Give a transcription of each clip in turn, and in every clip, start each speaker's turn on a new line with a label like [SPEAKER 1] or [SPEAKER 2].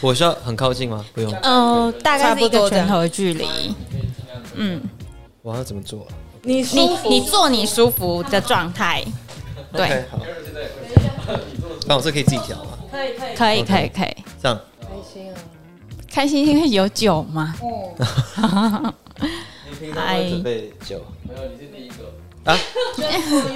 [SPEAKER 1] 我需要很靠近吗？不用。
[SPEAKER 2] 呃，大概
[SPEAKER 3] 差
[SPEAKER 2] 是
[SPEAKER 3] 不
[SPEAKER 2] 一个
[SPEAKER 3] 多这样
[SPEAKER 2] 拳头的距离。嗯，
[SPEAKER 1] 我要怎么做、啊？
[SPEAKER 3] 你
[SPEAKER 2] 你
[SPEAKER 3] 舒服
[SPEAKER 2] 你做你舒服的状态，对，
[SPEAKER 1] OK，好。那我是可以自己调吗？
[SPEAKER 2] 可以
[SPEAKER 1] OK
[SPEAKER 2] 可以可以。
[SPEAKER 1] 这样，
[SPEAKER 3] 开心啊！
[SPEAKER 2] 开心因为有酒嘛，
[SPEAKER 3] 哦，
[SPEAKER 1] 你平
[SPEAKER 2] 常会准
[SPEAKER 1] 备酒？没有，你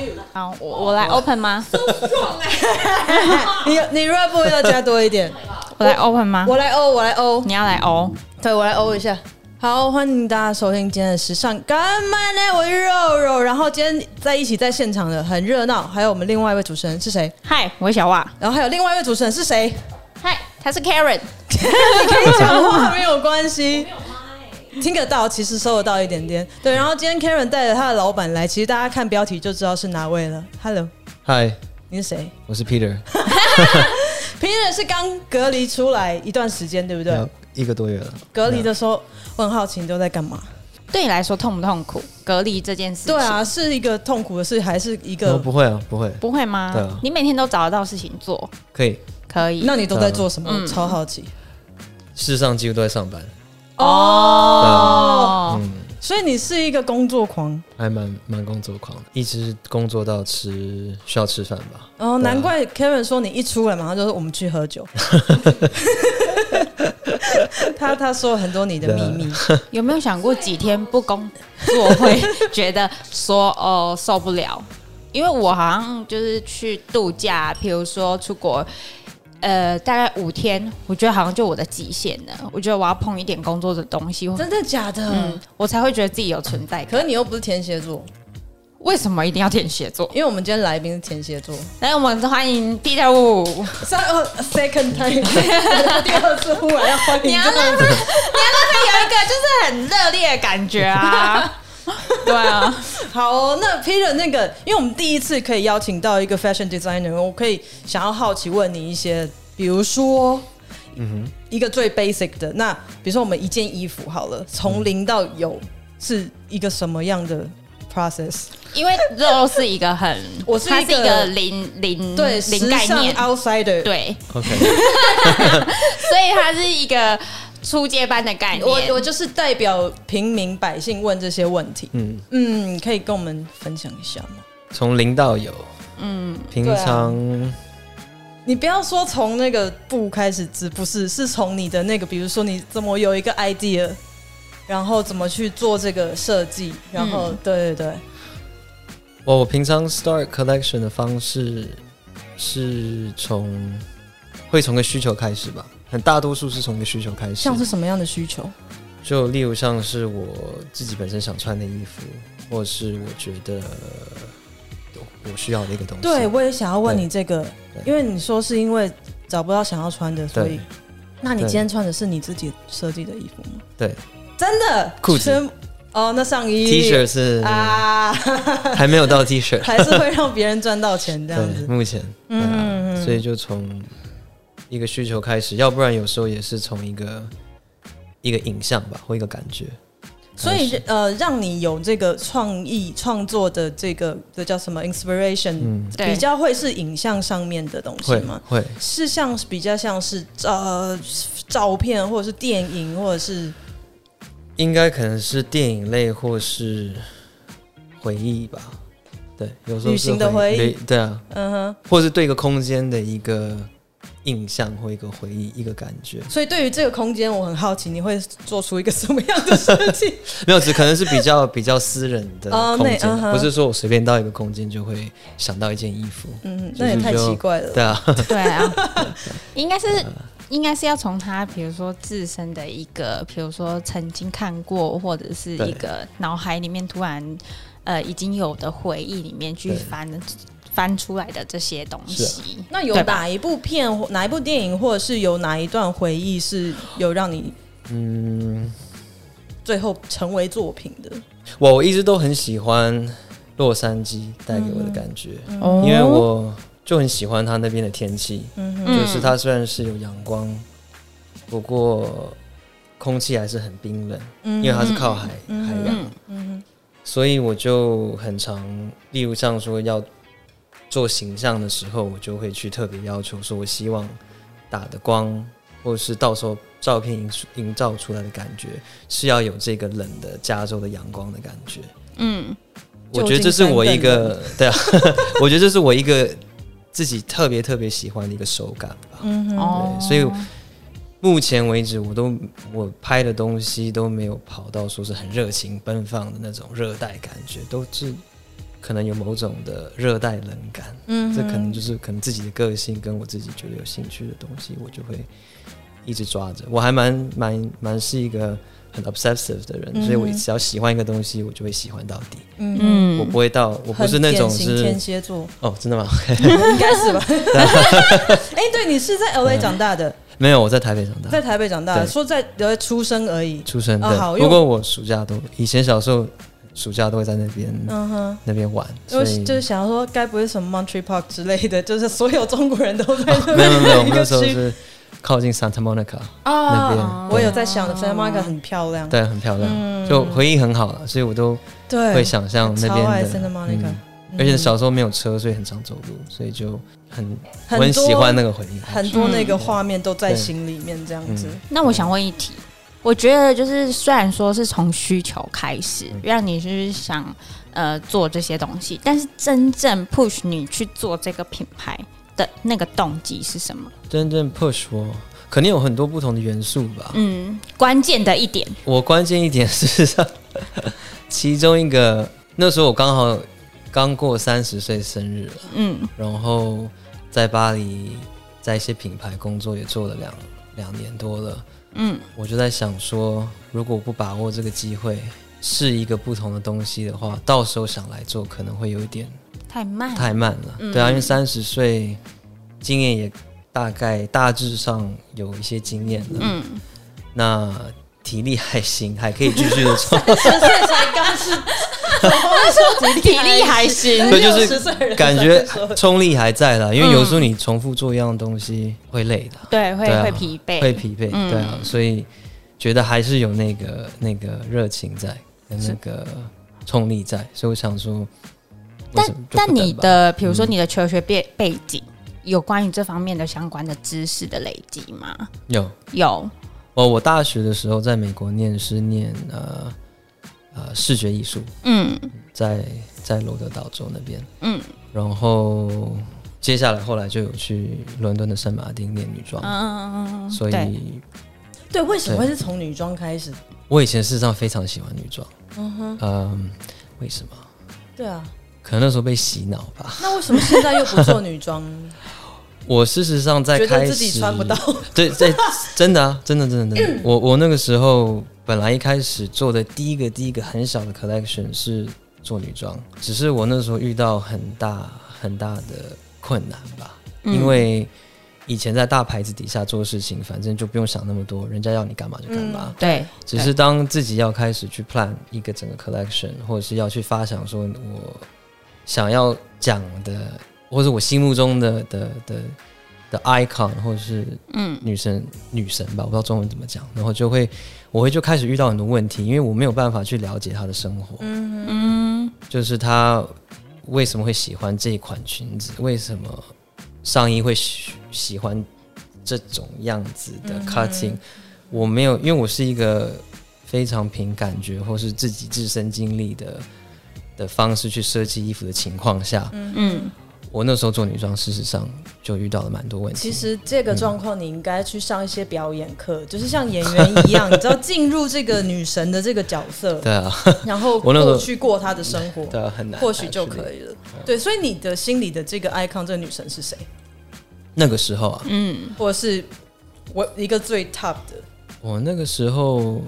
[SPEAKER 1] 是
[SPEAKER 2] 好，我我来 open 吗？
[SPEAKER 3] 你你 rap 要加多一点，
[SPEAKER 2] 我来 open 吗？
[SPEAKER 3] 我来欧，我来欧，
[SPEAKER 2] 你要来哦。
[SPEAKER 3] 对我来欧一下。好，欢迎大家收听今天的时尚干嘛呢？我是肉肉，然后今天在一起在现场的很热闹，还有我们另外一位主持人是谁？
[SPEAKER 2] 嗨，我是小袜。
[SPEAKER 3] 然后还有另外一位主持人是谁？
[SPEAKER 2] 嗨，他是 Karen。
[SPEAKER 3] 你可以讲话没有关系。听得到，其实收得到一点点。对，然后今天 Karen 带着他的老板来，其实大家看标题就知道是哪位了。Hello，
[SPEAKER 1] 嗨，
[SPEAKER 3] 你是谁
[SPEAKER 1] 我是 Peter，
[SPEAKER 3] ？Peter 是刚隔离出来一段时间，对不对？
[SPEAKER 1] 有一个多月了。
[SPEAKER 3] 隔离的时候，我很好奇你都在干嘛？
[SPEAKER 2] 对你来说痛不痛苦？隔离这件事情，
[SPEAKER 3] 对，啊，是一个痛苦的事，还是一
[SPEAKER 1] 哦，
[SPEAKER 3] 个？
[SPEAKER 1] 不会啊，不会，
[SPEAKER 2] 不会吗？
[SPEAKER 1] 对啊
[SPEAKER 2] 你每天都找得到事情做，
[SPEAKER 1] 可以。
[SPEAKER 2] 可以。
[SPEAKER 3] 那你都在做什么？
[SPEAKER 2] 嗯
[SPEAKER 3] 我超好奇。
[SPEAKER 1] 事实上几乎都在上班，
[SPEAKER 3] 哦，
[SPEAKER 2] 哦，
[SPEAKER 1] 嗯，
[SPEAKER 3] 所以你是一个工作狂
[SPEAKER 1] 还蛮蛮工作狂的，一直工作到吃需要吃饭吧。
[SPEAKER 3] 哦，
[SPEAKER 1] 对啊
[SPEAKER 3] 难怪 Karen 说你一出来马上就说我们去喝 酒。他他说了很多你的秘密。
[SPEAKER 2] 有没有想过几天不工作会觉得说哦受不了？因为我好像就是去度假，比如说出国，呃，大概五天，我觉得好像就我的极限了。我觉得我要碰一点工作的东西，
[SPEAKER 3] 真的假的？
[SPEAKER 2] 嗯，我才会觉得自己有存在感。
[SPEAKER 3] 可是你又不是天蝎座，
[SPEAKER 2] 为什么一定要天蝎座？
[SPEAKER 3] 因为我们今天来宾是天蝎座。
[SPEAKER 2] 来，我们欢迎 Peter Wu。
[SPEAKER 3] 三呃 second time，第 二次忽然要欢
[SPEAKER 2] 你
[SPEAKER 3] 迎
[SPEAKER 2] 要
[SPEAKER 3] 这
[SPEAKER 2] 让他，你要让
[SPEAKER 3] 个，
[SPEAKER 2] 他有一个就是很热烈的感觉 啊！对啊，
[SPEAKER 3] 好哦、那 Peter 那个，因为我们第一次可以邀请到一个 fashion designer，我可以想要好奇问你一些，比如说。一个最 basic 的，那比如说我们一件衣服好了，从零到有是一个什么样的 process？
[SPEAKER 2] 因为肉是一个很，
[SPEAKER 3] 我是一
[SPEAKER 2] 它
[SPEAKER 3] 个
[SPEAKER 2] 一个零零
[SPEAKER 3] 对，
[SPEAKER 2] 嗯零
[SPEAKER 3] 时
[SPEAKER 2] 概
[SPEAKER 3] 尚
[SPEAKER 2] 念，
[SPEAKER 3] outsider，
[SPEAKER 2] 对，
[SPEAKER 1] OK，
[SPEAKER 2] 所以它是一个初阶班的概念。
[SPEAKER 3] 我我就是代表平民百姓问这些问题。
[SPEAKER 1] 嗯，
[SPEAKER 3] 嗯，可以跟我们分享一下吗？
[SPEAKER 1] 从零到有，
[SPEAKER 2] 嗯，
[SPEAKER 1] 平
[SPEAKER 3] 对啊
[SPEAKER 1] 常
[SPEAKER 3] 你不要说从那个布开始织，不是，是从你的那个，比如说你怎么有一个 idea，然后怎么去做这个设计，然后、对对对，
[SPEAKER 1] 哦我我平常 start collection 的方式是从会从个需求开始吧，很大多数是从个需求开始，
[SPEAKER 3] 像是什么样的需求？
[SPEAKER 1] 就例如像是我自己本身想穿的衣服，或是我觉得我需要的一个东西，
[SPEAKER 3] 对，我也想要问
[SPEAKER 1] 对
[SPEAKER 3] 你这个，
[SPEAKER 1] 对
[SPEAKER 3] 因为你说是因为找不到想要穿的，所以
[SPEAKER 1] 对，
[SPEAKER 3] 那你
[SPEAKER 1] 对
[SPEAKER 3] 今天穿的是你自己设计的衣服吗？
[SPEAKER 1] 对，
[SPEAKER 3] 真的
[SPEAKER 1] 裤子
[SPEAKER 3] 全哦，那上衣
[SPEAKER 1] T 恤是
[SPEAKER 3] 啊，
[SPEAKER 1] 还没有到 T 恤，
[SPEAKER 3] 还是会让别人赚到钱 这样
[SPEAKER 1] 对，
[SPEAKER 3] 子。嗯
[SPEAKER 1] 目前，对啊，所以就从一个需求开始，要不然有时候也是从一个一个影像吧，或一个感觉，
[SPEAKER 3] 所以呃，让你有这个创意创作的这个这叫什么 inspiration，、
[SPEAKER 1] 嗯，
[SPEAKER 2] 对
[SPEAKER 3] 比较会是影像上面的东西
[SPEAKER 1] 会
[SPEAKER 3] 吗？
[SPEAKER 1] 会，
[SPEAKER 3] 是像是比较像是呃照片或者是电影或者是
[SPEAKER 1] 应该可能是电影类或是回忆吧，对，有时候
[SPEAKER 3] 旅
[SPEAKER 1] 是
[SPEAKER 3] 行的
[SPEAKER 1] 回
[SPEAKER 3] 回忆
[SPEAKER 1] 对对啊，
[SPEAKER 3] 嗯哼。
[SPEAKER 1] 或是对一个空间的一个印象或一个回忆、一个感觉。
[SPEAKER 3] 所以对于这个空间，我很好奇你会做出一个什么样的设 计？
[SPEAKER 1] 没有，只可能是比 较比较私人的
[SPEAKER 3] 哦
[SPEAKER 1] 空
[SPEAKER 3] 那
[SPEAKER 1] 间
[SPEAKER 3] 嗯哼
[SPEAKER 1] 不是说我随便到一个空间就会想到一件衣服。
[SPEAKER 3] 嗯，
[SPEAKER 1] 就是
[SPEAKER 3] 那也太
[SPEAKER 1] 就
[SPEAKER 3] 奇怪了。
[SPEAKER 1] 对啊，
[SPEAKER 2] 对啊， 应该是应该是要从他，比如说自身的一个，比如说曾经看过，或者是一个脑海里面突然呃已经有的回忆里面去
[SPEAKER 1] 对
[SPEAKER 2] 翻翻出来的这些东西。
[SPEAKER 3] 那有
[SPEAKER 2] 对吧
[SPEAKER 3] 哪一部片、哪一部电影，或者是有哪一段回忆是有让你
[SPEAKER 1] 嗯，
[SPEAKER 3] 最后成为作品的？
[SPEAKER 1] 我我一直都很喜欢洛杉矶带给我的感
[SPEAKER 3] 嗯
[SPEAKER 1] 觉，
[SPEAKER 2] 哦
[SPEAKER 1] 因为我就很喜欢它那边的天气，
[SPEAKER 2] 嗯
[SPEAKER 1] 就是它虽然是有阳光，不过空气还是很冰冷，因为它是靠海、海洋。
[SPEAKER 2] 嗯
[SPEAKER 1] 所以我就很常，例如像说要做形象的时候，我就会去特别要求说，我希望打的光或者是到时候照片营营造出来的感觉，是要有这个冷的加州的阳光的感觉。
[SPEAKER 2] 嗯，
[SPEAKER 1] 我觉得这是我一个 对啊，我觉得这是我一个自己特别特别喜欢的一个手感吧。
[SPEAKER 2] 哦
[SPEAKER 1] 对，所以目前为止，我都我拍的东西都没有跑到说是很热情奔放的那种热带感觉，都是可能有某种的热带冷感。
[SPEAKER 3] 嗯
[SPEAKER 1] 这可能就是可能自己的个性跟我自己觉得有兴趣的东西，我就会一直抓着。我还蛮蛮蛮是一个很 obsessive 的人，所以我只要喜欢一个东西，我就会喜欢到底。
[SPEAKER 3] 嗯，
[SPEAKER 1] 我
[SPEAKER 2] 嗯
[SPEAKER 1] 不会到，我不是那种
[SPEAKER 3] 很典型
[SPEAKER 1] 是
[SPEAKER 3] 天蝎座，
[SPEAKER 1] 哦，真的吗？
[SPEAKER 3] 应该是吧？ 哎，对你是在 LA 长大的，
[SPEAKER 1] 没有，我在台北长大，
[SPEAKER 3] 在台北长大的，
[SPEAKER 1] 对
[SPEAKER 3] 说在 LA 出生而已。
[SPEAKER 1] 出生
[SPEAKER 3] 哦好
[SPEAKER 1] 对。
[SPEAKER 3] 因
[SPEAKER 1] 不
[SPEAKER 3] 为
[SPEAKER 1] 过我暑假都以前小时候暑假都会在那边
[SPEAKER 3] 嗯哼，
[SPEAKER 1] 那边玩，
[SPEAKER 3] 因
[SPEAKER 1] 所
[SPEAKER 3] 为
[SPEAKER 1] 以
[SPEAKER 3] 就是想要说，该不会什么 Monterey Park 之类的， 就是所有中国人都在 那
[SPEAKER 1] 哦 没有没有没有，我
[SPEAKER 3] 边一
[SPEAKER 1] 们
[SPEAKER 3] 个
[SPEAKER 1] 那时候
[SPEAKER 3] 区
[SPEAKER 1] 是靠近 Santa Monica 那边
[SPEAKER 3] 啊。
[SPEAKER 1] 对
[SPEAKER 3] 我有在想，Santa Monica 很漂亮，
[SPEAKER 1] 对，很漂亮，就回忆很好了，所以我都
[SPEAKER 3] 对，
[SPEAKER 1] 会想象那
[SPEAKER 3] 超
[SPEAKER 1] 边
[SPEAKER 3] 爱
[SPEAKER 1] 的
[SPEAKER 3] Santa Monica，
[SPEAKER 1] 嗯而且小时候没有车，所以很常走路，所以就很我
[SPEAKER 3] 很
[SPEAKER 1] 很喜欢
[SPEAKER 3] 多
[SPEAKER 1] 那个回忆。
[SPEAKER 3] 很多那个画面都在心里面这样
[SPEAKER 1] 嗯
[SPEAKER 3] 子。
[SPEAKER 2] 那我想问一题，我觉得就是虽然说是从需求开始，
[SPEAKER 1] 嗯
[SPEAKER 2] 让你就是想呃做这些东西，但是真正 push 你去做这个品牌的那个动机是什么？
[SPEAKER 1] 真正 push 我，肯定有很多不同的元素吧。
[SPEAKER 2] 嗯，关键的一点，
[SPEAKER 1] 我关键一点是上，其中一个那时候我刚好刚过三十岁生日了，
[SPEAKER 2] 嗯
[SPEAKER 1] 然后在巴黎在一些品牌工作也做了两两年多了，
[SPEAKER 2] 嗯
[SPEAKER 1] 我就在想说，如果不把握这个机会，是一个不同的东西的话，到时候想来做可能会有一点
[SPEAKER 2] 太 慢，
[SPEAKER 1] 太慢了。
[SPEAKER 2] 嗯
[SPEAKER 1] 对啊，因为三十岁经验也大概大致上有一些经验了，
[SPEAKER 2] 嗯，
[SPEAKER 1] 那体力还行，还可以继 续的做。
[SPEAKER 3] 现在才刚是，
[SPEAKER 2] 体力还行，
[SPEAKER 1] 对就是
[SPEAKER 3] 60 岁人
[SPEAKER 1] 感觉
[SPEAKER 3] 才说
[SPEAKER 1] 冲力还在啦，因为有时候你重复做一样东西会累的，
[SPEAKER 2] 对，嗯会
[SPEAKER 1] 对啊
[SPEAKER 2] 会疲惫，
[SPEAKER 1] 会疲惫，
[SPEAKER 2] 嗯
[SPEAKER 1] 对啊，所以觉得还是有那个那个热情在，跟那个冲力在，所以我想说，为
[SPEAKER 2] 但
[SPEAKER 1] 什么就不嗯
[SPEAKER 2] 但
[SPEAKER 1] 等
[SPEAKER 2] 你
[SPEAKER 1] 吧
[SPEAKER 2] 的，比如说你的求学背背景，有关于这方面的相关的知识的累积吗？
[SPEAKER 1] 有
[SPEAKER 2] 有，
[SPEAKER 1] 哦，我大学的时候在美国念是念呃呃视觉艺术，
[SPEAKER 2] 嗯
[SPEAKER 1] 在在罗德岛州那边，
[SPEAKER 2] 嗯
[SPEAKER 1] 然后接下来后来就有去伦敦的圣马丁念女装，
[SPEAKER 2] 嗯，
[SPEAKER 1] 所
[SPEAKER 2] 对
[SPEAKER 1] 以
[SPEAKER 3] 对，为什么会是从女装开始？
[SPEAKER 1] 我以前事实上非常喜欢女装，嗯为什么？
[SPEAKER 3] 对啊，
[SPEAKER 1] 可能那时候被洗脑吧。
[SPEAKER 3] 那为什么现在又不做女装？
[SPEAKER 1] 我事实上 在
[SPEAKER 3] 觉
[SPEAKER 1] 开
[SPEAKER 3] 得
[SPEAKER 1] 始
[SPEAKER 3] 自己穿不到，
[SPEAKER 1] 对，在真的啊，真的真的真的，我我那个时候本来一开始做的第一个第一个很小的 collection 是做女装，只是我那时候遇到很大很大的困难吧，
[SPEAKER 2] 嗯
[SPEAKER 1] 因为以前在大牌子底下做事情，反正就不用想那么多，人家要你干嘛就干嘛。
[SPEAKER 2] 对，
[SPEAKER 1] 只是当自己要开始去 plan 一个整个 collection，或者是要去发想说我想要讲的，或者我心目中的的的的 icon，或者是
[SPEAKER 2] 嗯
[SPEAKER 1] 女神女神吧，我不知道中文怎么讲，然后就会我会就开始遇到很多问题，因为我没有办法去了解她的生活，
[SPEAKER 2] 嗯
[SPEAKER 1] 就是她为什么会喜欢这一款裙子，为什么上衣会喜喜欢这种样子
[SPEAKER 3] 嗯
[SPEAKER 1] 的 cutting，、我没有，因为我是一个非常凭感觉或是自己自身经历的的方式去设计衣服的情况下，
[SPEAKER 2] 嗯，
[SPEAKER 1] 我那时候做女装，事实上就遇到了蛮多问题。
[SPEAKER 3] 其实这个状况，你应该去上一些表演课，就是像演员一样，你知道进入这个女神的这个角 色，
[SPEAKER 1] 对啊，
[SPEAKER 3] 然后
[SPEAKER 1] 我那时候
[SPEAKER 3] 过去过她的生活，
[SPEAKER 1] 对啊，很难，
[SPEAKER 3] 或许就
[SPEAKER 1] actually
[SPEAKER 3] 可以了。对，所以你的心里的这个 icon 这个女神是谁，
[SPEAKER 1] 那个时候啊，
[SPEAKER 3] 嗯或者是我一个最 top 的，
[SPEAKER 1] 我那个时候，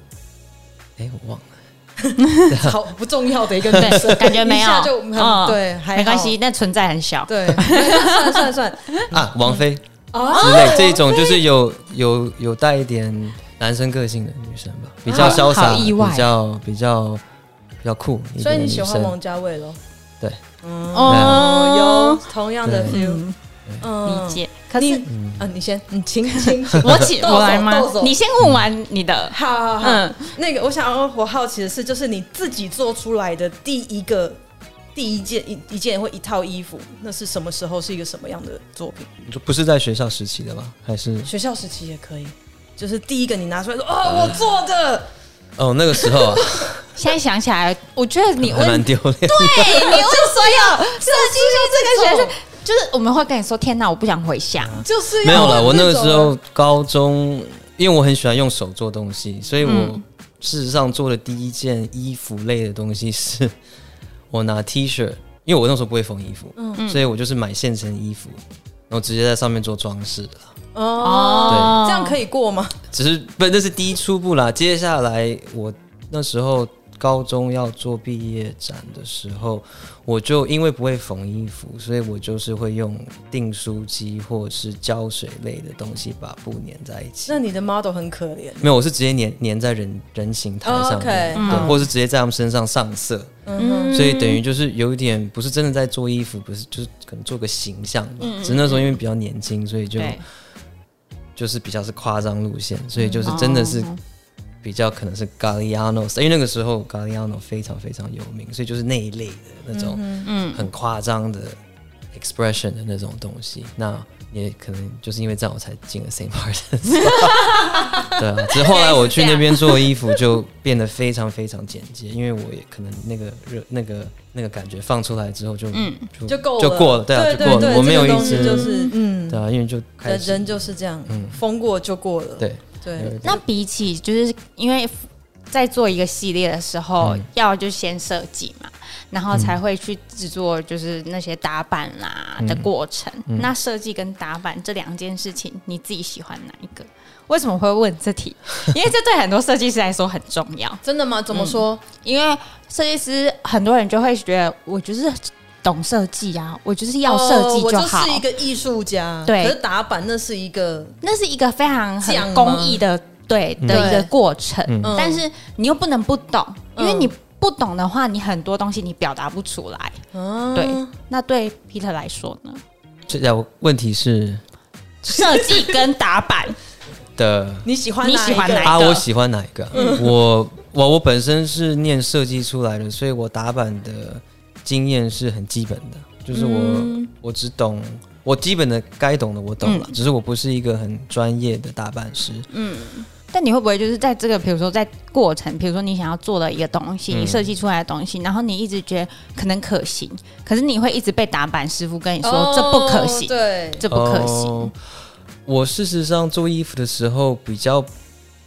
[SPEAKER 1] 哎、我忘了，
[SPEAKER 3] 好不重要的 一个女神，
[SPEAKER 2] 对，感觉没
[SPEAKER 3] 一
[SPEAKER 2] 有
[SPEAKER 3] 下就，很
[SPEAKER 2] 嗯
[SPEAKER 3] 对还好
[SPEAKER 2] 没关系，那存在很小，
[SPEAKER 3] 对， 算算算
[SPEAKER 1] 啊，王菲之
[SPEAKER 2] 哦
[SPEAKER 3] 啊，
[SPEAKER 1] 类这种，就是有有有带一点男生个性的女生吧，比较潇洒，
[SPEAKER 2] 好意外
[SPEAKER 1] 比较比较比较酷一
[SPEAKER 3] 所以
[SPEAKER 1] 点的女
[SPEAKER 3] 你喜欢王
[SPEAKER 1] 生。
[SPEAKER 3] 家卫咯？
[SPEAKER 1] 对，
[SPEAKER 2] 哦，
[SPEAKER 3] 哦，有同样的 feel，
[SPEAKER 2] 嗯，
[SPEAKER 3] 嗯，
[SPEAKER 2] 理。解。可
[SPEAKER 3] 可是
[SPEAKER 2] 是，
[SPEAKER 3] 啊，你先，你请，请，请
[SPEAKER 2] 我起
[SPEAKER 3] 动手
[SPEAKER 2] 我来吗
[SPEAKER 3] 动手？
[SPEAKER 2] 你先问完你的，
[SPEAKER 3] 好好好，
[SPEAKER 2] 嗯
[SPEAKER 3] 那个我想要我好奇的是，就是你自己做出来的第一个第一件一一件或一套衣服，那是什么时候是一个什么样的作品？
[SPEAKER 1] 就不是在学校时期的吧？还是
[SPEAKER 3] 学校时期也可以，就是第一个你拿出来说哦，我做的，
[SPEAKER 1] 哦那个时候啊，
[SPEAKER 2] 现在想起来，我觉得 你
[SPEAKER 1] 还蛮
[SPEAKER 2] 问
[SPEAKER 1] 丢脸。
[SPEAKER 2] 对，啊你为什么要设
[SPEAKER 3] 就是
[SPEAKER 2] 计这
[SPEAKER 3] 要这
[SPEAKER 2] 个学
[SPEAKER 3] 种
[SPEAKER 2] 生？就是我们会跟你说：“天哪，我不想回想。
[SPEAKER 3] 就是
[SPEAKER 1] 没有了，
[SPEAKER 3] 了。
[SPEAKER 1] 我那个时候
[SPEAKER 2] 啊
[SPEAKER 1] 高中，因为我很喜欢用手做东西，所以
[SPEAKER 2] 嗯
[SPEAKER 1] 我事实上做的第一件衣服类的东西是，我拿 T 恤，因为我那时候不会缝衣服，
[SPEAKER 2] 嗯
[SPEAKER 1] 所以我就是买现成衣服，然后直接在上面做装饰了。
[SPEAKER 3] 哦，这样可以过吗？
[SPEAKER 1] 只是不，那是第一初步啦。接下来我那时候高中要做毕业展的时候，我就因为不会缝衣服，所以我就是会用订书机或者是胶水类的东西把布粘在一起。
[SPEAKER 3] 那你的 model 很可怜，
[SPEAKER 1] 没有，我是直接粘粘在人人行台上面
[SPEAKER 3] 哦 OK，
[SPEAKER 1] 对，或是直接在他们身上上色，
[SPEAKER 3] 嗯
[SPEAKER 1] 所以等于就是有一点不是真的在做衣服，不是就是可能做个形象吧。
[SPEAKER 3] 嗯
[SPEAKER 1] 只是那时候因为比较年轻，所以就
[SPEAKER 2] 对
[SPEAKER 1] 就是比较是夸张路线，所以就是真的是
[SPEAKER 2] 哦
[SPEAKER 1] 比较可能是 Galliano，因为那个时候 Galliano 非常非常有名，所以就是那一类的那种
[SPEAKER 3] 嗯
[SPEAKER 1] 很夸张的 expression 的那种东西。那也可能就是因为这样，我才进了 Saint Martins。对啊，只是后来我去那边做衣服，就变得非常非常简洁，因为我也可能那个热那个那个感觉放出来之后就，就
[SPEAKER 3] 嗯就够了，
[SPEAKER 1] 就过了，对啊，就过了。我没有
[SPEAKER 3] 这个
[SPEAKER 1] 一
[SPEAKER 3] 东西
[SPEAKER 1] 直
[SPEAKER 3] 就是嗯，
[SPEAKER 1] 对啊，因为就开
[SPEAKER 3] 人
[SPEAKER 1] 始
[SPEAKER 3] 人就是这样，
[SPEAKER 1] 嗯
[SPEAKER 3] 封过就过了，
[SPEAKER 1] 对
[SPEAKER 3] 对，
[SPEAKER 2] 那比起就是因为在做一个系列的时候，
[SPEAKER 1] 嗯
[SPEAKER 2] 要就先设计嘛，然后才会去制作就是那些打版啦的过程。那设计跟打版这两件事情，你自己喜欢哪一个？为什么会问这题？ 因为这对很多设计师来说很重要。
[SPEAKER 3] 真的吗？怎么说？
[SPEAKER 2] 因为设计师很多人就会觉得我就是懂设计啊，我就是要设计
[SPEAKER 3] 哦我
[SPEAKER 2] 好。
[SPEAKER 3] 是一个艺术家，
[SPEAKER 2] 对
[SPEAKER 3] 可是打板那是一个，
[SPEAKER 2] 那是一个非常
[SPEAKER 3] 匠吗
[SPEAKER 2] 很工艺的对的一个过程，
[SPEAKER 3] 嗯
[SPEAKER 2] 但是你又不能不懂，因
[SPEAKER 3] 嗯
[SPEAKER 2] 为你不懂的话，你很多东西你表达不出来。
[SPEAKER 3] 啊
[SPEAKER 2] 对，那对 Peter 来说呢？
[SPEAKER 1] 这要问题是
[SPEAKER 2] 设计跟打 版，
[SPEAKER 1] 的
[SPEAKER 3] 你喜欢
[SPEAKER 2] 你喜欢
[SPEAKER 3] 一个
[SPEAKER 2] 哪一个嗯
[SPEAKER 1] 啊，我喜欢哪一个啊？我我我本身是念设计出来的，所以我打版的经验是很基本的，就是我、
[SPEAKER 2] 嗯
[SPEAKER 1] 我只懂我基本的该懂的我懂了，只是我不是一个很专业的打版师。
[SPEAKER 2] 但你会不会就是在这个，比如说在过程，比如说你想要做的一个东西，
[SPEAKER 1] 嗯
[SPEAKER 2] 你设计出来的东西，然后你一直觉得可能可行，可是你会一直被打版师傅跟你说
[SPEAKER 3] 哦
[SPEAKER 2] 这不可行，
[SPEAKER 3] 对，
[SPEAKER 2] 这不可行。
[SPEAKER 1] 哦我事实上做衣服的时候比较。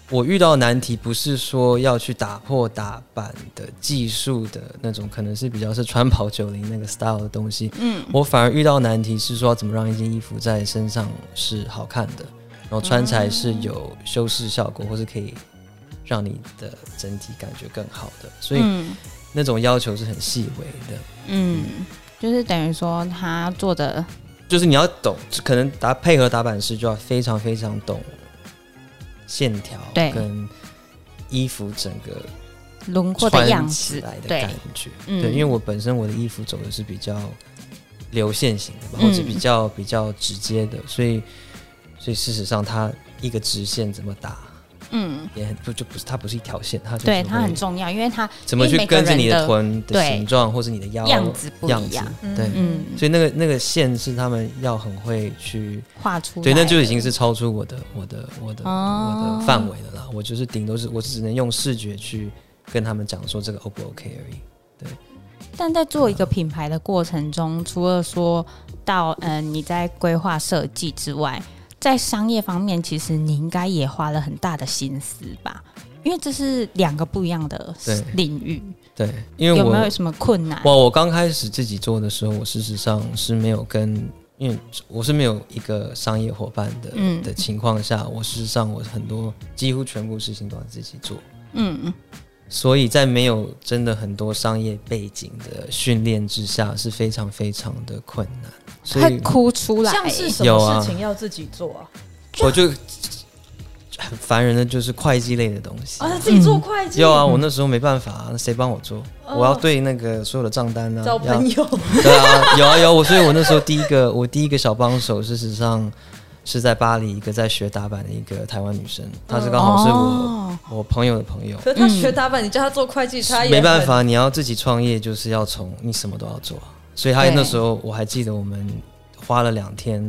[SPEAKER 1] 我遇到难题不是说要去打破打版的技术的那种，可能是比较是穿跑九零那个 style 的东西。嗯，我反而遇到难题是说要怎么让一件衣服在身上是好看的，然后穿起来是有修饰效果，或是可以让你的整体感觉更好的。所以
[SPEAKER 2] 嗯
[SPEAKER 1] 那种要求是很细微的。
[SPEAKER 2] 嗯，就是等于说他做的
[SPEAKER 1] 就是你要懂，可能打配合打板师就要非常非常懂线条，
[SPEAKER 2] 对
[SPEAKER 1] 跟衣服整个
[SPEAKER 2] 轮廓的样
[SPEAKER 1] 穿
[SPEAKER 2] 子
[SPEAKER 1] 起来的
[SPEAKER 2] 对
[SPEAKER 1] 感，觉，
[SPEAKER 2] 嗯
[SPEAKER 1] 对，因为我本身我的衣服走的是比较流线型的嘛，
[SPEAKER 2] 嗯
[SPEAKER 1] 或者比较比较直接的，所以所以事实上它一个直线怎么打
[SPEAKER 2] 嗯，
[SPEAKER 1] 也很不就不是它不是一条线，它就是
[SPEAKER 2] 对，它
[SPEAKER 1] 会
[SPEAKER 2] 很重要，因为它
[SPEAKER 1] 怎么
[SPEAKER 2] 因
[SPEAKER 1] 去
[SPEAKER 2] 为每个
[SPEAKER 1] 跟着
[SPEAKER 2] 人
[SPEAKER 1] 你
[SPEAKER 2] 的
[SPEAKER 1] 的臀的
[SPEAKER 2] 对
[SPEAKER 1] 形状或是你的腰
[SPEAKER 2] 样子不
[SPEAKER 1] 样
[SPEAKER 2] 一样，
[SPEAKER 1] 对，
[SPEAKER 2] 嗯，
[SPEAKER 1] 所以那个那个线是他们要很会去。
[SPEAKER 2] 画出来
[SPEAKER 1] 对，那就已经是超出我的我的我的、
[SPEAKER 2] 哦
[SPEAKER 1] 我的范围了啦。我就是顶多是，我只能用视觉去跟他们讲说这个 O 不 OK 而已。
[SPEAKER 2] 但在做一个品牌的过程中，除了说到嗯、呃你在规划设计之外，在商业方面，其实你应该也花了很大的心思吧？因为这是两个不一样的
[SPEAKER 1] 对
[SPEAKER 2] 领域，
[SPEAKER 1] 对，因为
[SPEAKER 2] 有
[SPEAKER 1] 我
[SPEAKER 2] 没有什么困难？
[SPEAKER 1] 我我刚开始自己做的时候，我事实上是没有跟，因为我是没有一个商业伙伴的、
[SPEAKER 2] 嗯
[SPEAKER 1] 的情况下，我事实上我很多几乎全部事情都要自己做。
[SPEAKER 2] 嗯
[SPEAKER 1] 所以在没有真的很多商业背景的训练之下，是非常非常的困难。所
[SPEAKER 2] 会
[SPEAKER 1] 以
[SPEAKER 2] 哭出来，
[SPEAKER 3] 像是什
[SPEAKER 1] 有
[SPEAKER 3] 么
[SPEAKER 1] 啊
[SPEAKER 3] 事情要自己做啊？
[SPEAKER 1] 我就很烦人的就是会计类的东西。
[SPEAKER 3] 啊，自己做会计，
[SPEAKER 1] 有啊，我那时候没办法、啊，那谁帮我做？我要对那个所有的账单啊，
[SPEAKER 3] 找
[SPEAKER 1] 要
[SPEAKER 3] 朋友，
[SPEAKER 1] 对啊，有啊有啊我，所以我那时候第一个，我第一个小帮手，事实上是在巴黎一个在学打板的一个台湾女生，她是刚好是我、
[SPEAKER 2] 哦
[SPEAKER 1] 我朋友的朋友，
[SPEAKER 3] 可是他学打板，你叫他做会计，他也
[SPEAKER 1] 没办
[SPEAKER 3] 很。
[SPEAKER 1] 法，你要自己创业就是要从你什么都要做，所以她
[SPEAKER 2] 对
[SPEAKER 1] 那时候我还记得我们花了两天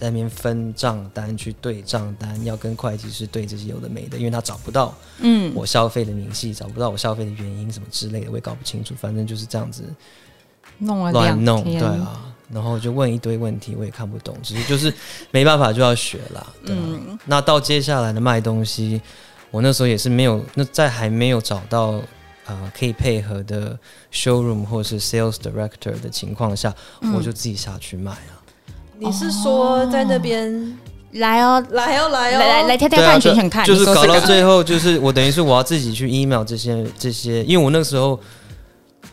[SPEAKER 1] 在那边分账单去对账单，要跟会计师对这些有的没的，因为她找不到
[SPEAKER 2] 嗯，
[SPEAKER 1] 我消费的明细，找不到我消费的原因什么之类的，我也搞不清楚，反正就是这样子。
[SPEAKER 2] 弄了两
[SPEAKER 1] 乱弄，对
[SPEAKER 2] 天
[SPEAKER 1] 啊。然后就问一堆问题，我也看不懂，只是就是没办法就要学啦。对啊
[SPEAKER 2] 嗯
[SPEAKER 1] 那到接下来的卖东西，我那时候也是没有，那在还没有找到啊、呃可以配合的 showroom 或是 sales director 的情况下，
[SPEAKER 2] 嗯
[SPEAKER 1] 我就自己下去卖啊。
[SPEAKER 3] 你是说在那边
[SPEAKER 2] 来哦，
[SPEAKER 3] 来哦来哦
[SPEAKER 2] 来来来，跳跳
[SPEAKER 1] 对啊，
[SPEAKER 2] 看，
[SPEAKER 1] 就
[SPEAKER 2] 选选看，
[SPEAKER 1] 就是
[SPEAKER 2] 你说
[SPEAKER 1] 搞
[SPEAKER 2] 这
[SPEAKER 1] 到
[SPEAKER 2] 个
[SPEAKER 1] 最后，就是我等于是我要自己去 email 这些这些，因为我那时候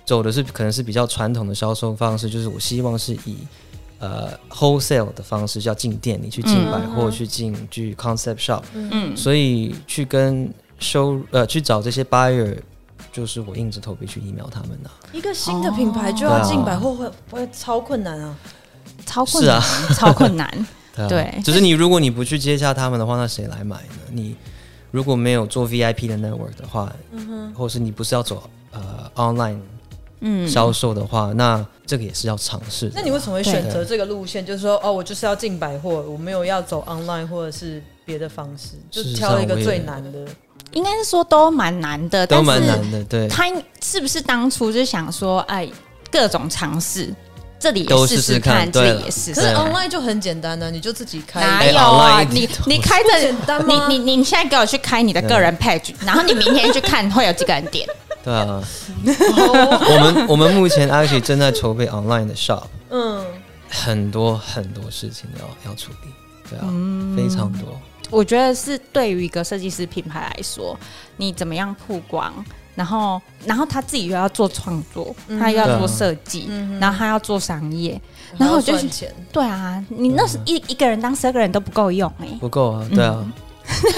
[SPEAKER 1] 走的是可能是比较传统的销售方式，就是我希望是以呃 wholesale 的方式，叫进店里去进
[SPEAKER 2] 嗯
[SPEAKER 1] 百货，去进去 concept shop，
[SPEAKER 2] 嗯
[SPEAKER 1] 所以去跟收呃去找这些 buyer，就是我硬着头皮去 email 他们啊呐、
[SPEAKER 3] 一个新的品牌就要进百
[SPEAKER 2] 哦
[SPEAKER 3] 货，会不会超困难啊？
[SPEAKER 2] 超困难， 超困难，
[SPEAKER 1] 对啊
[SPEAKER 2] 对
[SPEAKER 1] 只是你如果你不去接洽他们的话，那谁来买呢？你如果没有做 VIP 的 network 的话，或是你不是要走呃 online
[SPEAKER 2] 嗯，
[SPEAKER 1] 销售的话，那这个也是要尝试的。
[SPEAKER 3] 那你为什么会选择这个路线？就是说，哦，我就是要进百货，我没有要走 online 或者是别的方式，就
[SPEAKER 1] 事实上
[SPEAKER 3] 挑一个
[SPEAKER 1] 我也
[SPEAKER 3] 最难的。
[SPEAKER 2] 应该是说都蛮难的，
[SPEAKER 1] 都
[SPEAKER 2] 但是
[SPEAKER 1] 蛮难的，对，
[SPEAKER 2] 他是不是当初就想说，哎，各种尝试，这里也
[SPEAKER 1] 都
[SPEAKER 2] 试
[SPEAKER 1] 试
[SPEAKER 2] 试
[SPEAKER 1] 试
[SPEAKER 2] 看，
[SPEAKER 1] 看
[SPEAKER 2] 这
[SPEAKER 1] 对啊
[SPEAKER 2] 里也试
[SPEAKER 3] 可
[SPEAKER 2] 试
[SPEAKER 3] 是
[SPEAKER 2] 看。
[SPEAKER 3] online 就很简单呢、你就自己
[SPEAKER 2] 哪
[SPEAKER 3] 开。
[SPEAKER 1] 哎
[SPEAKER 2] 有啊？
[SPEAKER 1] online
[SPEAKER 2] 你你开
[SPEAKER 3] 不简
[SPEAKER 2] 着
[SPEAKER 3] 单
[SPEAKER 2] 你
[SPEAKER 3] 吗
[SPEAKER 2] 你你你现在给我去开你的个人 page，然后你明天去看会有几个人点，
[SPEAKER 1] 对啊。我们 我们目前 actually 正在筹备 online 的 shop，
[SPEAKER 3] 嗯，
[SPEAKER 1] 很多很多事情要要处理，对啊，
[SPEAKER 2] 嗯
[SPEAKER 1] 非常多。
[SPEAKER 2] 我觉得是对于一个设计师品牌来说，你怎么样曝光，然后然后他自己又要做创作，他又要做
[SPEAKER 1] 啊
[SPEAKER 2] 设计，然后他要做商业，嗯然后我就
[SPEAKER 3] 还要赚钱，
[SPEAKER 2] 对啊，你那是一一个人当十二个人都不够用哎、
[SPEAKER 1] 不够啊，对啊，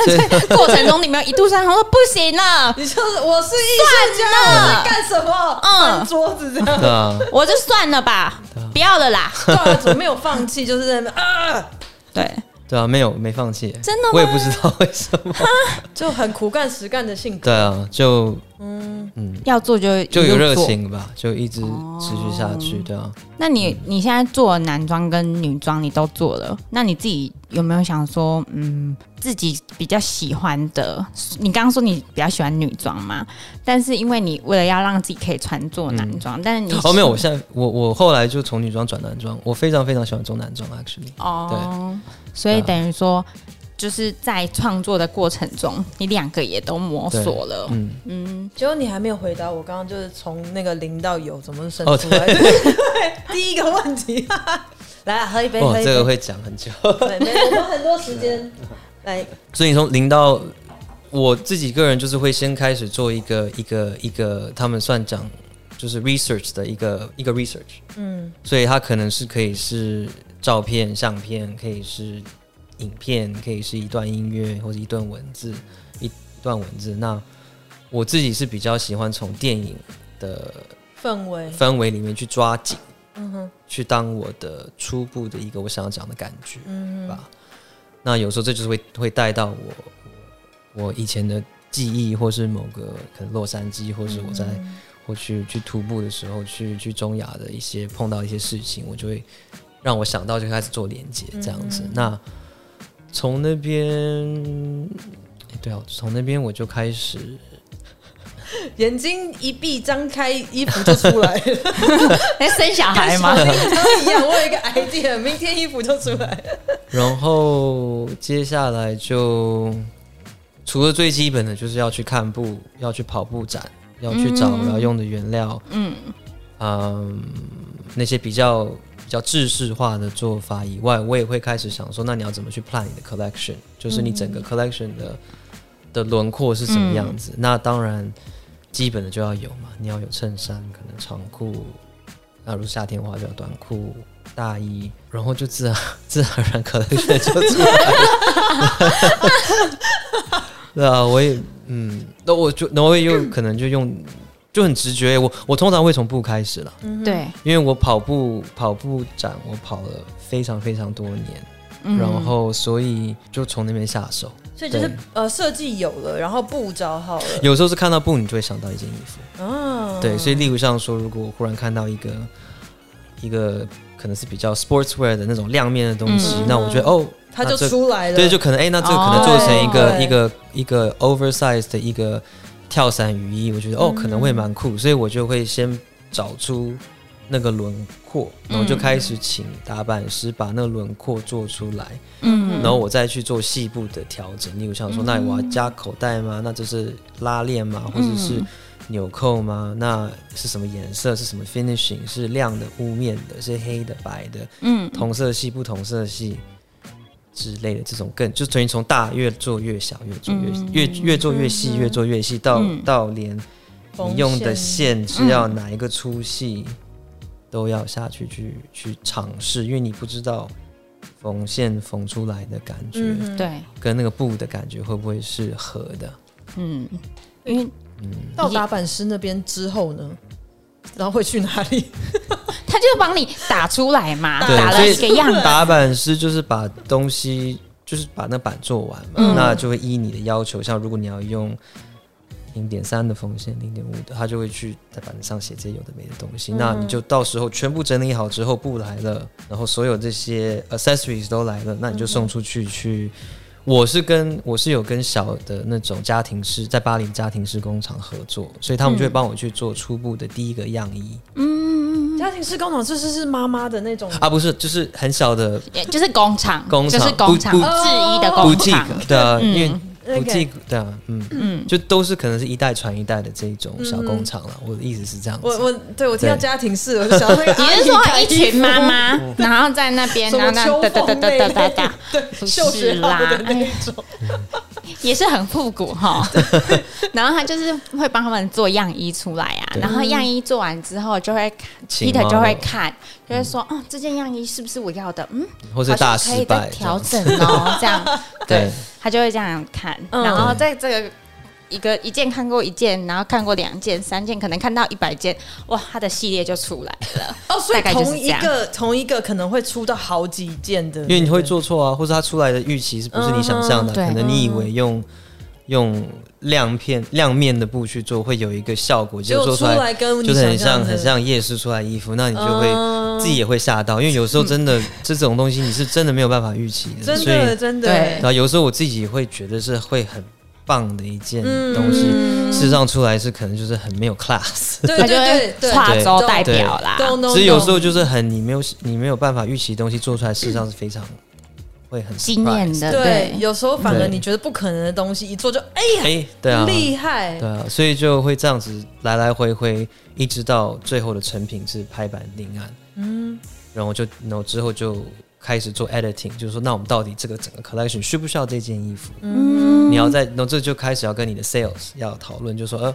[SPEAKER 1] 所以
[SPEAKER 2] 过程中你们有一度上，他说不行啊了，
[SPEAKER 3] 你就是我是艺术家，我在干什么？
[SPEAKER 2] 嗯
[SPEAKER 3] 嗯，桌子这样，
[SPEAKER 1] 对啊，
[SPEAKER 2] 我就算了吧，不要了 啦。
[SPEAKER 3] 对啊，怎么没有放弃？就是在那边啊，
[SPEAKER 2] 对，
[SPEAKER 1] 对啊，没有没放弃，
[SPEAKER 2] 真的吗
[SPEAKER 1] 我也不知道为什么，
[SPEAKER 3] 就很苦干实干的性格。
[SPEAKER 1] 对啊，就
[SPEAKER 2] 要做就
[SPEAKER 1] 就有
[SPEAKER 2] 一路
[SPEAKER 1] 热
[SPEAKER 2] 做。
[SPEAKER 1] 情吧，就一直
[SPEAKER 2] 哦
[SPEAKER 1] 持续下去，对啊。
[SPEAKER 2] 那你你现在做男装跟女装你都做了，那你自己有没有想说，嗯，自己比较喜欢的？你刚刚说你比较喜欢女装嘛，但是因为你为了要让自己可以穿做男装，但是你
[SPEAKER 1] 哦，没有，我现在我我后来就从女装转男装，我非常非常喜欢做男装，actually，
[SPEAKER 2] 哦，所以
[SPEAKER 1] 对啊
[SPEAKER 2] 等于说。就是在创作的过程中，你两个也都摸索了，
[SPEAKER 1] 嗯，
[SPEAKER 3] 结果你还没有回答我，刚刚就是从那个零到有怎么生
[SPEAKER 1] 哦
[SPEAKER 3] 出来的？对， 第一个问题，来啊喝一杯，
[SPEAKER 1] 哦
[SPEAKER 3] 喝，一
[SPEAKER 1] 这个
[SPEAKER 3] 杯，
[SPEAKER 1] 会讲很久。
[SPEAKER 3] 对没我们很多时 间。来，
[SPEAKER 1] 所以你从零到，我自己个人就是会先开始做一个一个一个，他们算讲就是 research 的一个一个 research，
[SPEAKER 3] 嗯，
[SPEAKER 1] 所以它可能是可以是照片、相片，可以是影片，可以是一段音乐或者一段文字，一段文字。那我自己是比较喜欢从电影的
[SPEAKER 3] 氛 围，
[SPEAKER 1] 氛围里面去抓紧。
[SPEAKER 3] 嗯哼，
[SPEAKER 1] 去当我的初步的一个我想要讲的感觉
[SPEAKER 3] 嗯哼，
[SPEAKER 1] 吧。那有时候这就是会会带到我我我以前的记忆，或是某个可能洛杉矶，或是我在、
[SPEAKER 3] 嗯
[SPEAKER 1] 或去去徒步的时候，去去中亚的一些碰到一些事情，我就会让我想到就开始做连接
[SPEAKER 3] 嗯
[SPEAKER 1] 这样子。那从那边，诶对啊，从那边我就开始
[SPEAKER 3] 眼睛一闭，张开衣服就出来 了，
[SPEAKER 2] 哎、 生小孩
[SPEAKER 3] 跟
[SPEAKER 2] 吗？
[SPEAKER 3] 小叮当一样。我有一个 idea，明天衣服就出来了。
[SPEAKER 1] 然后接下来就除了最基本的，就是要去看布，要去跑步展，要去找我要用的原料，嗯那些比较比较制式化的做法以外，我也会开始想说，那你要怎么去 plan 你的 collection，就是你整个 collection 的的轮廓是什么样子？那当然基本的就要有嘛，你要有衬衫，可能长裤，那如果夏天的话就要短裤。大衣，然后就自然 自然而然可能选就出来了。对啊，我也嗯，那我就那我也有可能就用就很直觉，我我通常会从步开始
[SPEAKER 2] 嗯
[SPEAKER 1] 啦，
[SPEAKER 2] 对，
[SPEAKER 1] 因为我跑步跑步展我跑了非常非常多年，然后所以就从那边下手。
[SPEAKER 3] 所以就是
[SPEAKER 1] 对
[SPEAKER 3] 呃设计有了，然后布找好了，
[SPEAKER 1] 有时候是看到布，你就会想到一件衣服。
[SPEAKER 3] 嗯，
[SPEAKER 1] 对，所以例如像说，如果我忽然看到一个一个可能是比较 sportswear 的那种亮面的东西，
[SPEAKER 3] 嗯
[SPEAKER 1] 那我觉得哦，
[SPEAKER 3] 它
[SPEAKER 1] 那
[SPEAKER 3] 就
[SPEAKER 1] 这
[SPEAKER 3] 出来了，
[SPEAKER 1] 对，就可能哎，那这个可能做成一
[SPEAKER 3] 哦
[SPEAKER 1] 个
[SPEAKER 3] 对
[SPEAKER 1] 一个一个 oversize 的一个跳伞雨衣，我觉
[SPEAKER 3] 嗯
[SPEAKER 1] 得哦可能会蛮酷，所以我就会先找出那个轮廓，
[SPEAKER 3] 嗯
[SPEAKER 1] 然后就开始请打版师把那个轮廓做出来，
[SPEAKER 2] 嗯
[SPEAKER 1] 然后我再去做细部的调整。例如像说，那我要加口袋吗？那就是拉链吗？
[SPEAKER 3] 嗯
[SPEAKER 1] 或者是纽扣吗？那是什么颜色？是什么 finishing？是亮的、雾面的？是黑的、白的？
[SPEAKER 2] 嗯，
[SPEAKER 1] 同色系、不同色系之类的这种更，就等于从大越做越小，越做越、
[SPEAKER 3] 嗯
[SPEAKER 1] 越越做越细，越做越细，到、
[SPEAKER 2] 嗯
[SPEAKER 1] 到连
[SPEAKER 3] 缝
[SPEAKER 1] 你用的
[SPEAKER 3] 线
[SPEAKER 1] 线是
[SPEAKER 3] 嗯
[SPEAKER 1] 要哪一个粗细都要下去去去尝试，因为你不知道缝线缝出来的感觉、
[SPEAKER 3] 嗯哼
[SPEAKER 2] 对，
[SPEAKER 1] 跟那个布的感觉会不会是合的。
[SPEAKER 2] 嗯，因为
[SPEAKER 3] 到打板师那边之后呢，然后会去哪里？
[SPEAKER 2] 他就帮你打出来嘛，
[SPEAKER 1] 对
[SPEAKER 2] 打了一个样子，
[SPEAKER 1] 打板师就是把东西，就是把那板做完嘛，
[SPEAKER 2] 嗯
[SPEAKER 1] 那就会依你的要求，像如果你要用零点三的缝线、零点五的，他就会去在板子上写这些有的没的东西。那
[SPEAKER 2] 嗯
[SPEAKER 1] 你就到时候全部整理好之后，布来了，然后所有这些 accessories 都来了，那你就
[SPEAKER 2] 嗯
[SPEAKER 1] 送出去去。我是跟我是有跟小的那种家庭式在巴黎家庭式工厂合作，所以他
[SPEAKER 2] 嗯
[SPEAKER 1] 们就会帮我去做初步的第一个样衣、
[SPEAKER 3] 家庭式工厂，这是是妈妈的那种
[SPEAKER 1] 啊，不是，就是很小的
[SPEAKER 2] 也就是工厂，
[SPEAKER 1] 工厂
[SPEAKER 2] 就是工厂
[SPEAKER 1] 不不
[SPEAKER 2] 制衣哦的嗯工厂，
[SPEAKER 1] boutique 对啊，因为
[SPEAKER 3] 那个
[SPEAKER 1] boutique 对啊，嗯嗯，就都是可能是一代传一代的这种小工厂了。我的意思是这样
[SPEAKER 3] 嗯我
[SPEAKER 1] 子，
[SPEAKER 3] 我对我听到
[SPEAKER 1] 对
[SPEAKER 3] 家庭式，我就 想到那哎个
[SPEAKER 2] 你
[SPEAKER 3] 阿姨
[SPEAKER 2] 是说
[SPEAKER 3] 开
[SPEAKER 2] 一群妈 妈，然后在那边，
[SPEAKER 3] 什
[SPEAKER 2] 然
[SPEAKER 3] 么
[SPEAKER 2] 后那哒哒
[SPEAKER 3] 秋
[SPEAKER 2] 哒
[SPEAKER 3] 风
[SPEAKER 2] 哒哒哒哒，
[SPEAKER 3] 对秀学
[SPEAKER 2] 啦
[SPEAKER 3] 好的，那
[SPEAKER 2] 哎
[SPEAKER 3] 种，
[SPEAKER 2] 也是很复古 哈。然后他就是会帮他们做样衣出来啊，
[SPEAKER 1] 对
[SPEAKER 2] 然后样衣做完之后，就会看
[SPEAKER 1] 请
[SPEAKER 2] Peter 就
[SPEAKER 1] model
[SPEAKER 2] 会看，就会说，哦，这件样衣是不是我要的？嗯，
[SPEAKER 1] 或是
[SPEAKER 2] 好
[SPEAKER 1] 大
[SPEAKER 2] 像可
[SPEAKER 1] 失
[SPEAKER 2] 以再
[SPEAKER 1] 败
[SPEAKER 2] 调
[SPEAKER 1] 这样
[SPEAKER 2] 整哦， 这样，
[SPEAKER 1] 对，
[SPEAKER 2] 他就会这样看，
[SPEAKER 3] 嗯
[SPEAKER 2] 然后在这个。一个一件看过一件，然后看过两件、三件，可能看到一百件，哇，他的系列就出来了。
[SPEAKER 3] 哦，所以
[SPEAKER 2] 大概就是
[SPEAKER 3] 同
[SPEAKER 2] 这
[SPEAKER 3] 一
[SPEAKER 2] 样
[SPEAKER 3] 个同一个可能会出到好几件的，
[SPEAKER 1] 因为你会做错啊，或是它出来的预期是不是你想象的？
[SPEAKER 2] 嗯对
[SPEAKER 1] 可能你以为用用亮片亮面的布去做会有一个效果，结
[SPEAKER 3] 结
[SPEAKER 1] 果
[SPEAKER 3] 果
[SPEAKER 1] 做
[SPEAKER 3] 出
[SPEAKER 1] 出来
[SPEAKER 3] 来跟你
[SPEAKER 1] 就是很
[SPEAKER 3] 想象
[SPEAKER 1] 像
[SPEAKER 3] 的
[SPEAKER 1] 很像夜市出来衣服，那你就会。
[SPEAKER 3] 嗯
[SPEAKER 1] 自己也会吓到，因为有时候
[SPEAKER 2] 嗯
[SPEAKER 1] 真的、这种东西你是真的没有办法预期的，
[SPEAKER 3] 真
[SPEAKER 1] 所以
[SPEAKER 3] 的真的
[SPEAKER 2] 对
[SPEAKER 1] 然后有时候我自己会觉得是会很棒的一件
[SPEAKER 3] 嗯
[SPEAKER 1] 东西，事实上出来是可能就是很没有 class，
[SPEAKER 3] 对
[SPEAKER 2] 他
[SPEAKER 3] 对
[SPEAKER 2] 就
[SPEAKER 3] 对
[SPEAKER 2] 会
[SPEAKER 3] 对，
[SPEAKER 2] 跨
[SPEAKER 1] 对
[SPEAKER 2] 州代表啦。
[SPEAKER 3] 懂懂
[SPEAKER 1] 所以有
[SPEAKER 3] 懂
[SPEAKER 1] 时候就是很你没有你没有办法预期的东西做出来，事实上是非常会很
[SPEAKER 2] 惊艳
[SPEAKER 1] surprise
[SPEAKER 2] 的，
[SPEAKER 3] 对，
[SPEAKER 2] 对，
[SPEAKER 3] 有时候反而
[SPEAKER 1] 对
[SPEAKER 3] 你觉得不可能的东西一做就哎
[SPEAKER 1] 哎、对啊，
[SPEAKER 3] 厉害
[SPEAKER 1] 对，啊，所以就会这样子来来回回，一直到最后的成品是拍板定案，嗯，然后就然后之后就开始做 editing，就是说那我们到底这个整个 collection 需不需要这件衣服？嗯，你要在然后这就开始要跟你的 sales 要讨论，就说呃。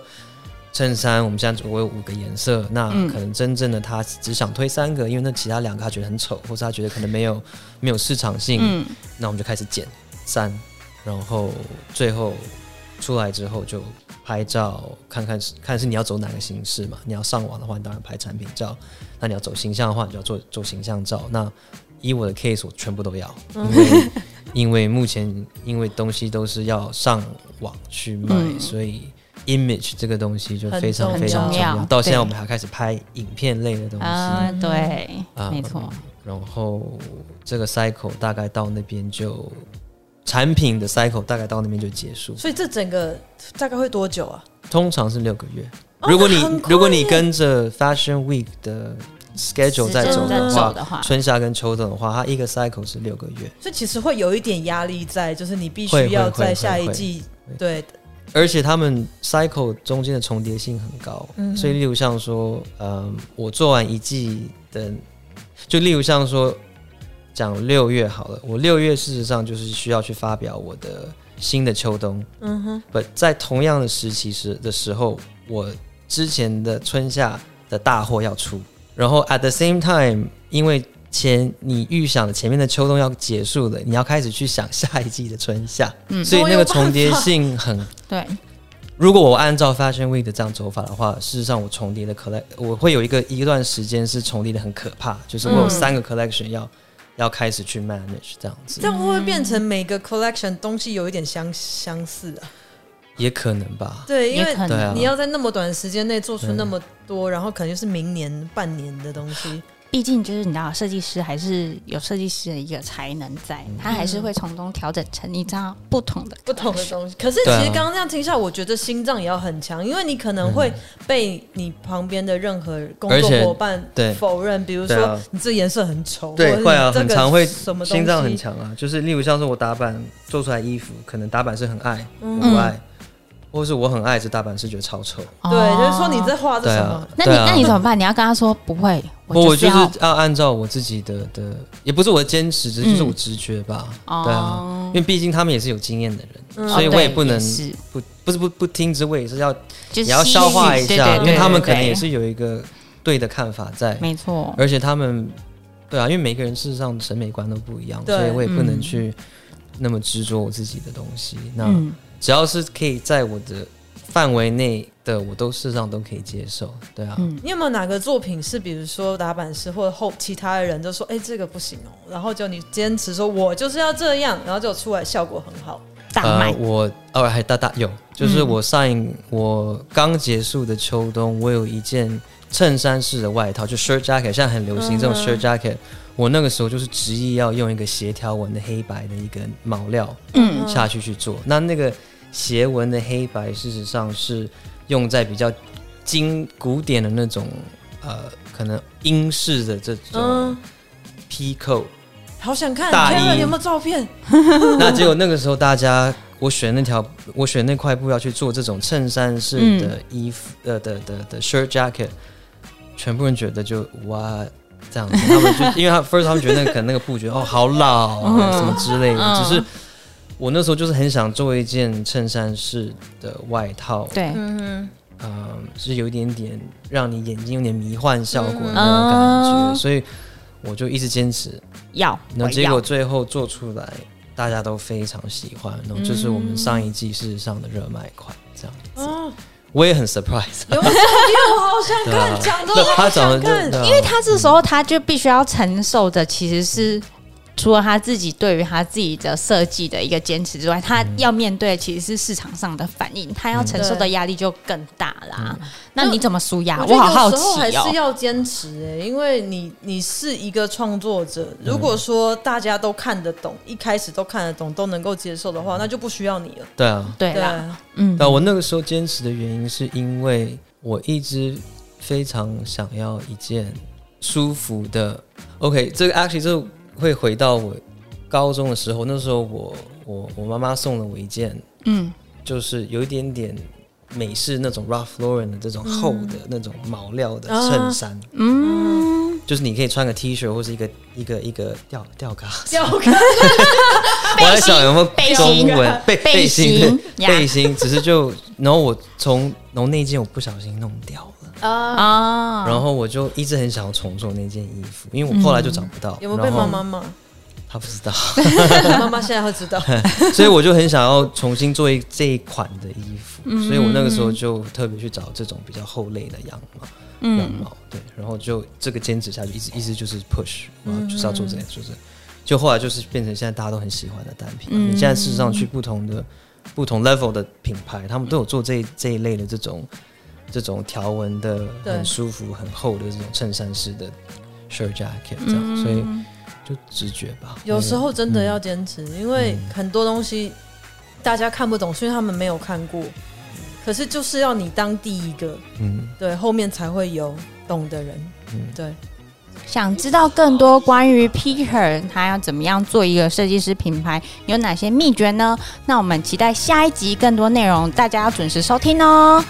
[SPEAKER 1] 衬衫，我们现在我有五个颜色，那可能真正的他只想推三个，因为那其他两个他觉得很丑，或者他觉得可能没有没有市场性，
[SPEAKER 2] 嗯，
[SPEAKER 1] 那我们就开始剪删，然后最后出来之后就拍照，看看是看是你要走哪个形式嘛。你要上网的话，你当然拍产品照；那你要走形象的话，你就要做做形象照。那以我的 case，我全部都要，
[SPEAKER 2] 嗯
[SPEAKER 1] 因为因为目前因为东西都是要上网去卖，
[SPEAKER 2] 嗯
[SPEAKER 1] 所以。image 这个东西就非常
[SPEAKER 3] 很
[SPEAKER 1] 非常
[SPEAKER 2] 重
[SPEAKER 1] 重
[SPEAKER 2] 要
[SPEAKER 1] 要，到现在
[SPEAKER 2] 对
[SPEAKER 1] 我们还开始拍影片类的东西
[SPEAKER 2] 啊，对
[SPEAKER 1] 啊，
[SPEAKER 2] 没错，
[SPEAKER 1] 然后这个 cycle 大概到那边就产品的 cycle 大概到那边就结束，
[SPEAKER 3] 所以这整个大概会多久啊？
[SPEAKER 1] 通常是六个月。
[SPEAKER 3] 哦
[SPEAKER 1] 如果
[SPEAKER 3] 那
[SPEAKER 1] 你
[SPEAKER 3] 很快
[SPEAKER 1] 如果你跟着 Fashion Week 的 schedule 在
[SPEAKER 2] 时
[SPEAKER 1] 走
[SPEAKER 2] 间在
[SPEAKER 1] 的
[SPEAKER 2] 走
[SPEAKER 1] 话，
[SPEAKER 2] 的话，
[SPEAKER 1] 春夏跟秋冬的话，它一个 cycle 是六个月，
[SPEAKER 3] 所以其实会有一点压力在，就是你必
[SPEAKER 1] 会
[SPEAKER 3] 须
[SPEAKER 1] 会会
[SPEAKER 3] 要在
[SPEAKER 1] 会
[SPEAKER 3] 下一
[SPEAKER 1] 会
[SPEAKER 3] 季对
[SPEAKER 1] 而且他们 cycle 中间的重叠性很高，
[SPEAKER 3] 嗯
[SPEAKER 1] 所以例如像说，嗯，我做完一季的，就例如像说讲六月好了，我六月事实上就是需要去发表我的新的秋冬，
[SPEAKER 3] 嗯哼，
[SPEAKER 1] 不在同样的时期时的时候，我之前的春夏的大货要出，然后 at the same time，因为前你预想的前面的秋冬要结束了，你要开始去想下一季的春夏，
[SPEAKER 2] 嗯
[SPEAKER 1] 所以那
[SPEAKER 3] 我有
[SPEAKER 1] 个
[SPEAKER 3] 办
[SPEAKER 1] 重叠
[SPEAKER 3] 法
[SPEAKER 1] 性很。
[SPEAKER 2] 对，
[SPEAKER 1] 如果我按照 Fashion Week 的这样走法的话，事实上我重叠的 collect，我会有一个一段时间是重叠的很可怕，就是我有
[SPEAKER 2] 嗯
[SPEAKER 1] 三个 collection 要要开始去 manage 这样子
[SPEAKER 3] 这，样会不会变成每个 collection 东西有一点相相似啊？
[SPEAKER 1] 也可能吧。
[SPEAKER 3] 对，因
[SPEAKER 2] 也
[SPEAKER 3] 为
[SPEAKER 2] 可
[SPEAKER 1] 对啊
[SPEAKER 2] 能
[SPEAKER 3] 你要在那么短的时间内做出
[SPEAKER 1] 嗯
[SPEAKER 3] 那么多，然后可能就是明年半年的东西。
[SPEAKER 2] 毕竟就是你知道，设计师还是有设计师的一个才能在，他还是会从中调整成你知道不同的
[SPEAKER 3] 不同的东西。可是其
[SPEAKER 1] 对啊
[SPEAKER 3] 实刚刚这样听下来，我觉得心脏也要很强，因为你可能会被你旁边的任何工
[SPEAKER 1] 嗯而
[SPEAKER 3] 作
[SPEAKER 1] 且
[SPEAKER 3] 伙伴
[SPEAKER 1] 对
[SPEAKER 3] 否认，比如
[SPEAKER 1] 对
[SPEAKER 3] 说
[SPEAKER 1] 啊
[SPEAKER 3] 你这颜色很丑，或者
[SPEAKER 1] 对，
[SPEAKER 3] 是
[SPEAKER 1] 会啊，
[SPEAKER 3] 你这
[SPEAKER 1] 很
[SPEAKER 3] 个
[SPEAKER 1] 常会
[SPEAKER 3] 什么东西
[SPEAKER 1] 心脏很强啊，就是例如像是我打板做出来衣服，可能打板是很爱，我不
[SPEAKER 3] 嗯
[SPEAKER 1] 爱，或是我很爱，这打板是觉得超丑。
[SPEAKER 2] 哦
[SPEAKER 3] 对，就是说你在画这
[SPEAKER 1] 对
[SPEAKER 3] 啊什
[SPEAKER 1] 啊
[SPEAKER 3] 么？，
[SPEAKER 2] 那你、
[SPEAKER 1] 对啊
[SPEAKER 2] 那你怎么办？你要跟他说不会，
[SPEAKER 1] 不，我
[SPEAKER 2] 就是
[SPEAKER 1] 就
[SPEAKER 2] 要
[SPEAKER 1] 是要按照我自己的的，也不是我的坚持，只是就是我直觉吧。对啊，因
[SPEAKER 2] 哦，
[SPEAKER 1] 为毕竟他们也是有经验的人，
[SPEAKER 3] 嗯
[SPEAKER 1] 所以
[SPEAKER 2] 哦
[SPEAKER 1] 我也
[SPEAKER 2] 对
[SPEAKER 1] 不能
[SPEAKER 2] 是
[SPEAKER 1] 不不是不不听之谓，也是要
[SPEAKER 2] 就是
[SPEAKER 1] 也要消化一
[SPEAKER 2] 吸
[SPEAKER 1] 下，
[SPEAKER 2] 对对
[SPEAKER 1] 因
[SPEAKER 2] 对
[SPEAKER 1] 为他们可能
[SPEAKER 2] 对
[SPEAKER 1] 也是有一个对的看法在，
[SPEAKER 2] 没错，
[SPEAKER 1] 而且他们对啊，因为每个人事实上审美观都不一样，
[SPEAKER 3] 对
[SPEAKER 1] 所以我也不能
[SPEAKER 2] 嗯
[SPEAKER 1] 去那么执着我自己的东西。那
[SPEAKER 2] 嗯，
[SPEAKER 1] 只要是可以在我的范围内的，我都事实上都可以接受。对啊，
[SPEAKER 2] 嗯
[SPEAKER 3] 你有没有哪个作品是，比如说打板师或者后其他的人就说，哎、这个不行哦、然后就你坚持说我就是要这样，然后就出来效果很好。
[SPEAKER 2] 大嗯
[SPEAKER 1] 呃
[SPEAKER 2] 卖，
[SPEAKER 1] 我哦还大大有，就是我上一我刚结束的秋冬，我有一件衬衫式的外套，就 shirt jacket，现在很流
[SPEAKER 2] 嗯
[SPEAKER 1] 行这种 shirt jacket。我那个时候就是执意要用一个斜条纹的黑白的一个毛料，
[SPEAKER 2] 嗯，
[SPEAKER 1] 下去去做。那那个斜纹的黑白，事实上是用在比较经古典的那种呃，可能英式的这种
[SPEAKER 3] 嗯，
[SPEAKER 1] 披扣。
[SPEAKER 3] 好想看，
[SPEAKER 1] 大衣
[SPEAKER 3] 天啊，你有没有照片？
[SPEAKER 1] 那结果那个时候大家，我选那条，我选那块布要去做这种衬衫式的衣服，
[SPEAKER 2] 嗯
[SPEAKER 1] 呃的的的 shirt jacket，全部人觉得就哇。这样子，他们就因为他 first 他们觉得那个可能那个布觉得哦好老、啊、什么之类的，
[SPEAKER 2] 嗯
[SPEAKER 1] 只是我那时候就是很想做一件衬衫式的外套，
[SPEAKER 2] 对，
[SPEAKER 3] 嗯
[SPEAKER 1] 嗯，是有一点点让你眼睛有点迷幻效果的那种感觉，
[SPEAKER 2] 嗯
[SPEAKER 1] 所以我就一直坚持，
[SPEAKER 2] 要，
[SPEAKER 1] 那
[SPEAKER 2] 我
[SPEAKER 1] 结果
[SPEAKER 2] 要，
[SPEAKER 1] 最后做出来，大家都非常喜欢，然
[SPEAKER 2] 嗯
[SPEAKER 1] 后这是我们上一季事实上的热卖款，这样
[SPEAKER 3] 哼，哦，
[SPEAKER 1] 我也很 surprise，
[SPEAKER 3] 有没有照片？我好想
[SPEAKER 1] 对啊
[SPEAKER 3] 看，讲的
[SPEAKER 1] 那
[SPEAKER 3] 我
[SPEAKER 1] 他
[SPEAKER 3] 好
[SPEAKER 1] 长得
[SPEAKER 3] 想
[SPEAKER 1] 就
[SPEAKER 3] 看。
[SPEAKER 1] 对啊
[SPEAKER 2] 因为他这时候他就必须要承受的其实是。除了他自己对于他自己的设计的一个坚持之外，他要面对的其实是市场上的反应，他要承受的压力就更大啦。那你怎么舒压？啊我
[SPEAKER 3] 嗯觉
[SPEAKER 2] 好好
[SPEAKER 3] 得有
[SPEAKER 2] 奇
[SPEAKER 3] 时候还是
[SPEAKER 2] 哦。
[SPEAKER 3] 要坚持哎、因为你你是一个创作者，如果说大家都看得懂，一开始都看得懂，都能够接受的话，那就不需要你了。
[SPEAKER 1] 对啊，
[SPEAKER 2] 嗯对
[SPEAKER 3] 对
[SPEAKER 2] 啦，
[SPEAKER 3] 啊，
[SPEAKER 2] 嗯，
[SPEAKER 1] 但我那个时候坚持的原因是因为我一直非常想要一件舒服的。OK，这个 actually 就会回到我高中的时候，那时候我我我妈妈送了我一件，
[SPEAKER 2] 嗯，
[SPEAKER 1] 就是有一点点美式那种 Ralph Lauren 的这种厚的那种毛料的衬衫，
[SPEAKER 2] 嗯，
[SPEAKER 1] 就是你可以穿个 T 恤或是一个一个一个吊吊嘎。
[SPEAKER 3] 要看
[SPEAKER 1] 我在想有没
[SPEAKER 2] 背
[SPEAKER 1] 有
[SPEAKER 2] 心
[SPEAKER 1] 中文背
[SPEAKER 2] 背
[SPEAKER 1] 心
[SPEAKER 2] 心
[SPEAKER 1] 对
[SPEAKER 2] 呀
[SPEAKER 1] 背心，只是就然后我从然后那件我不小心弄掉了。
[SPEAKER 3] 啊，
[SPEAKER 2] 啊，
[SPEAKER 1] 然后我就一直很想要重做那件衣服，因为我后来就找不到，
[SPEAKER 3] 嗯有没有被
[SPEAKER 1] 然后
[SPEAKER 3] 妈 妈骂？
[SPEAKER 1] 她不知道，
[SPEAKER 3] 妈妈现在会知道。
[SPEAKER 1] 所以我就很想要重新做一这一款的衣服，
[SPEAKER 3] 嗯
[SPEAKER 1] 所以我那个时候就特别去找这种比较厚类的羊毛，
[SPEAKER 3] 嗯
[SPEAKER 1] 羊毛对，然后就这个坚持下去，一直一直就是 push，我
[SPEAKER 3] 嗯
[SPEAKER 1] 要就是要做这个，做这个，就后来就是变成现在大家都很喜欢的单品。啊
[SPEAKER 2] 嗯
[SPEAKER 1] 你现在事实上去不同的不同 level 的品牌，他们都有做这一这一类的这种这种条纹的
[SPEAKER 3] 对
[SPEAKER 1] 很舒服、很厚的这种衬衫式的 shirt jacket 这样，所以就直觉吧。
[SPEAKER 3] 嗯有时候真的要坚持，因为
[SPEAKER 1] 嗯
[SPEAKER 3] 很多东西大家看不懂，是因为他们没有看过。可是就是要你当第一个，
[SPEAKER 1] 嗯，
[SPEAKER 3] 对，后面才会有懂的人。
[SPEAKER 1] 嗯
[SPEAKER 3] 对，
[SPEAKER 2] 想知道更多关于 Peter 他要怎么样做一个设计师品牌，有哪些秘诀呢？那我们期待下一集更多内容，大家要准时收听哦。